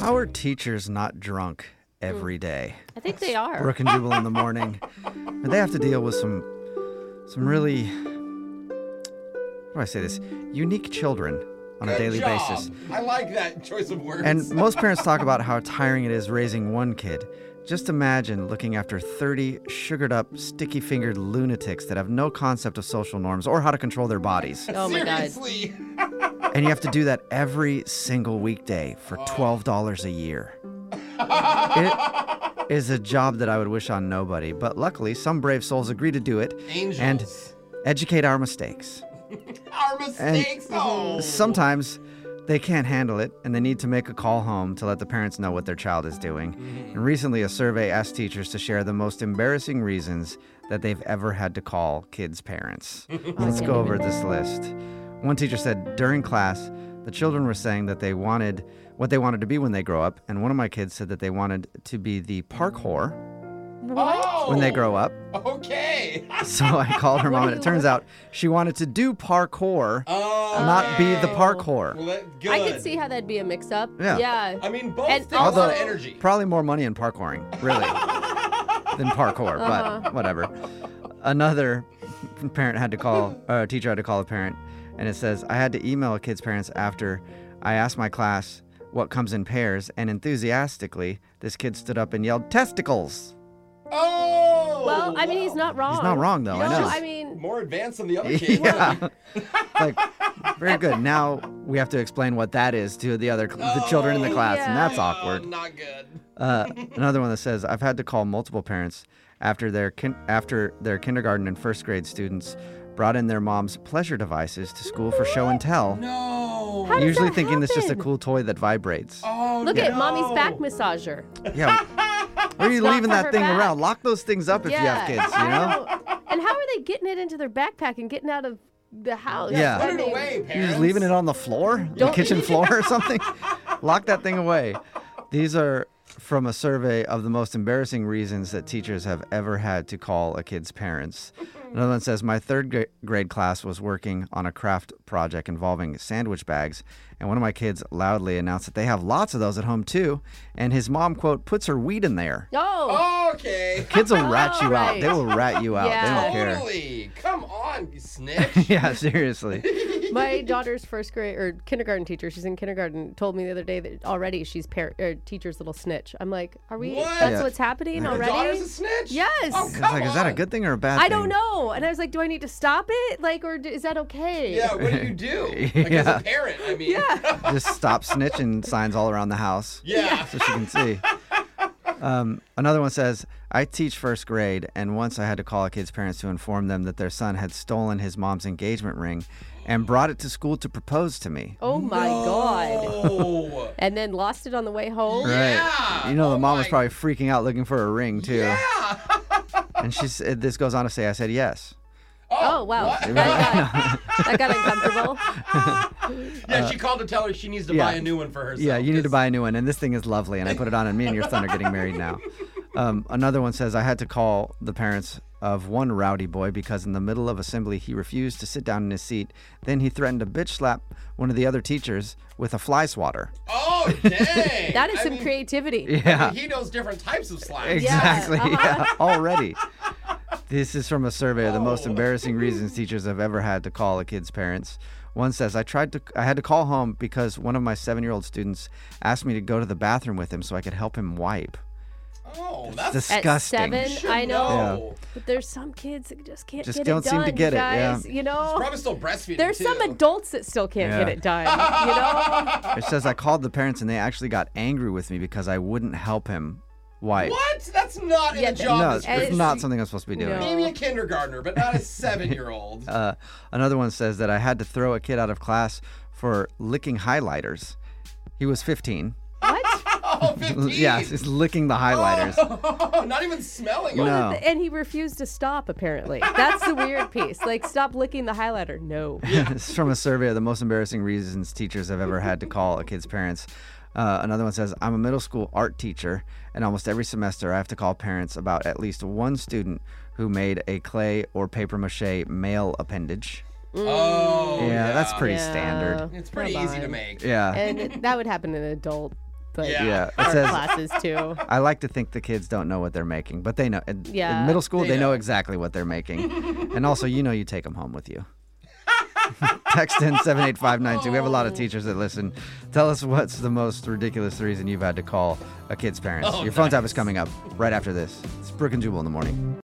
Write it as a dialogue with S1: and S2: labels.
S1: How are teachers not drunk
S2: Mm.
S1: every day?
S3: I think they are.
S1: Brook and Jubal in the morning. And they have to deal with some some really how do I say this? Unique children on a
S2: Good
S1: daily
S2: job.
S1: basis.
S2: I like that choice of words.
S1: And most parents talk about how tiring it is raising one kid. Just imagine looking after 30 sugared up, sticky fingered lunatics that have no concept of social norms or how to control their bodies.
S3: Oh my god.
S2: Seriously.
S1: And you have to do that every single weekday for $12 a year. It is a job that I would wish on nobody, but luckily some brave souls agree to do it
S2: Angels.
S1: and educate our mistakes.
S2: Our mistakes. oh.
S1: Sometimes they can't handle it and they need to make a call home to let the parents know what their child is doing. And recently, a survey asked teachers to share the most embarrassing reasons that they've ever had to call kids' parents. Let's go over this list. One teacher said during class, the children were saying that they wanted what they wanted to be when they grow up. And one of my kids said that they wanted to be the park whore
S2: Oh.
S1: when they grow up.
S2: Okay.
S1: So I called her mom, and it turns out she wanted to do parkour,
S2: Oh.
S1: not be the park whore.
S2: Well, that- good.
S3: I could see how that'd be a mix up.
S1: Yeah.
S2: I mean, both
S3: And
S2: take a lot of
S3: also-
S2: energy.
S1: Probably more money in parkouring, really, than parkour, but whatever. Another parent had to call, or a teacher had to call a parent, and it says, I had to email a kid's parents after I asked my class what comes in pairs, and enthusiastically, this kid stood up and yelled, Testicles!
S2: Oh.
S3: Well, I mean, he's not wrong.
S1: He's not wrong, though,
S3: No,
S1: I know.
S3: I mean,
S2: More advanced than the other kid.
S1: yeah. like, very good. Now we have to explain what that is to the other, the children in the
S2: Oh,
S1: class, and that's
S2: Oh,
S1: awkward.
S2: Not good.
S1: Uh, another one that says I've had to call multiple parents after their kin- after their kindergarten and first grade students brought in their mom's pleasure devices to school for show and tell.
S2: No.
S3: How does
S1: Usually
S3: that
S1: thinking it's just a
S3: happen?
S1: cool toy that vibrates.
S2: Oh,
S3: look at
S2: no.
S3: mommy's back massager.
S1: Yeah. Where are you
S3: not
S1: leaving
S3: for
S1: that
S3: her
S1: thing
S3: back.
S1: around? Lock those things up if you have kids, you know?
S3: know? and how are they getting it into their backpack and getting out of the house?
S1: Yeah.
S3: I
S2: Put it
S3: mean,
S2: away, parents.
S1: You're just leaving it on the floor, the
S3: Don't-
S1: kitchen floor or something? Lock that thing away. These are from a survey of the most embarrassing reasons that teachers have ever had to call a kid's parents. Another one says My third gra- grade class was working on a craft project involving sandwich bags, and one of my kids loudly announced that they have lots of those at home too. And his mom, quote, puts her weed in there.
S3: Oh,
S2: Okay.
S1: Kids will rat you out. They
S3: Alright.
S1: will rat you out.
S3: Yeah.
S1: They don't care.
S2: Totally. Come on, you snitch.
S1: yeah, seriously.
S2: Oh.
S3: my daughter's first grade or kindergarten teacher, she's in kindergarten, told me the other day that already she's par- or teacher's little snitch. I'm like, are we?
S2: What?
S3: That's
S2: Yeah.
S3: what's happening
S2: Your daughter's a
S3: already?
S2: snitch?
S3: Yes.
S2: Oh,
S3: It's
S1: It's
S2: come
S1: like, is that a
S2: on.
S1: good thing or a bad
S3: I
S1: thing?
S3: don't know. And I was like, do I need to stop it? Like, or d- is that okay?
S2: Yeah, what do you do? Like, as
S1: Yeah.
S2: a parent, I mean.
S3: Yeah.
S1: just stop snitching signs all around the house.
S2: Yeah.
S1: So she can see. Um, another one says, I teach first grade, and once I had to call a kid's parents to inform them that their son had stolen his mom's engagement ring and brought it to school to propose to me.
S3: Oh my God.
S2: Oh.
S3: And then lost it on the way home.
S2: Yeah.
S1: You know, the
S2: Oh
S1: mom was probably
S2: my-
S1: freaking out looking for a ring, too.
S2: Yeah.
S1: And she said, This goes on to say, I said, Yes.
S3: Oh, wow.
S2: what?
S3: That got, that got uncomfortable.
S2: Yeah, she called to tell her she needs to buy a new one for herself.
S1: Yeah, you need to
S2: 'cause-
S1: buy a new one. And this thing is lovely. And I put it on, and me and your son are getting married now. Um, another one says, I had to call the parents of one rowdy boy because in the middle of assembly, he refused to sit down in his seat. Then he threatened to bitch slap one of the other teachers with a fly swatter.
S2: Oh, dang.
S3: That is
S2: I
S3: some
S2: mean,
S3: creativity.
S1: Yeah,
S2: He knows different types of slaps.
S1: exactly.
S3: uh-huh.
S1: Yeah, already. This is from a survey of the most embarrassing reasons teachers have ever had to call a kid's parents. One says, "I tried to. I had to call home because one of my seven-year-old students asked me to go to the bathroom with him so I could help him wipe."
S2: Oh, that's
S3: At
S1: Disgusting.
S3: seven, I know.
S2: No.
S3: But there's some kids that just can't
S1: Just
S3: get
S1: don't
S3: it done,
S1: seem to get it, yeah.
S3: guys. You know,
S2: Probably still breastfeeding.
S3: there's some
S2: too.
S3: adults that still can't
S1: Yeah.
S3: get it done. You know,
S1: It says I called the parents and they actually got angry with me because I wouldn't help him wipe.
S2: What? That's not in
S3: Yeah,
S2: the
S3: that-
S2: job
S1: No, it's,
S2: description.
S3: As-
S1: not something I'm supposed to be doing.
S3: No.
S2: Maybe a kindergartner, but not a seven-year-old.
S1: Uh, another one says that I had to throw a kid out of class for licking highlighters. He was 15.
S3: what?
S2: oh, 15.
S1: Yes, he's licking the highlighters.
S2: not even smelling
S1: No.
S2: it.
S3: And he refused to stop. Apparently, that's the weird piece. Like, stop licking the highlighter. No.
S1: this is from a survey of the most embarrassing reasons teachers have ever had to call a kid's parents. Uh, another one says, I'm a middle school art teacher, and almost every semester I have to call parents about at least one student who made a clay or paper mache male appendage.
S2: Oh,
S1: yeah, that's pretty
S3: Yeah.
S1: standard.
S2: It's pretty
S3: Come
S2: easy to
S3: on.
S2: make.
S1: Yeah.
S3: And that would happen to an adult. but
S2: Yeah.
S1: Yeah. It
S3: art
S1: says,
S3: classes too.
S1: I like to think the kids don't know what they're making, but they know. In, in
S3: Yeah.
S1: middle school, they,
S2: They
S1: know.
S2: know.
S1: exactly what they're making. and also, you know, you take them home with you. Text in 78592. We have a lot of teachers that listen. Tell us what's the most ridiculous reason you've had to call a kid's parents.
S2: Oh,
S1: Your phone tap
S2: nice.
S1: is coming up right after this. It's Brooke and Jubal in the morning.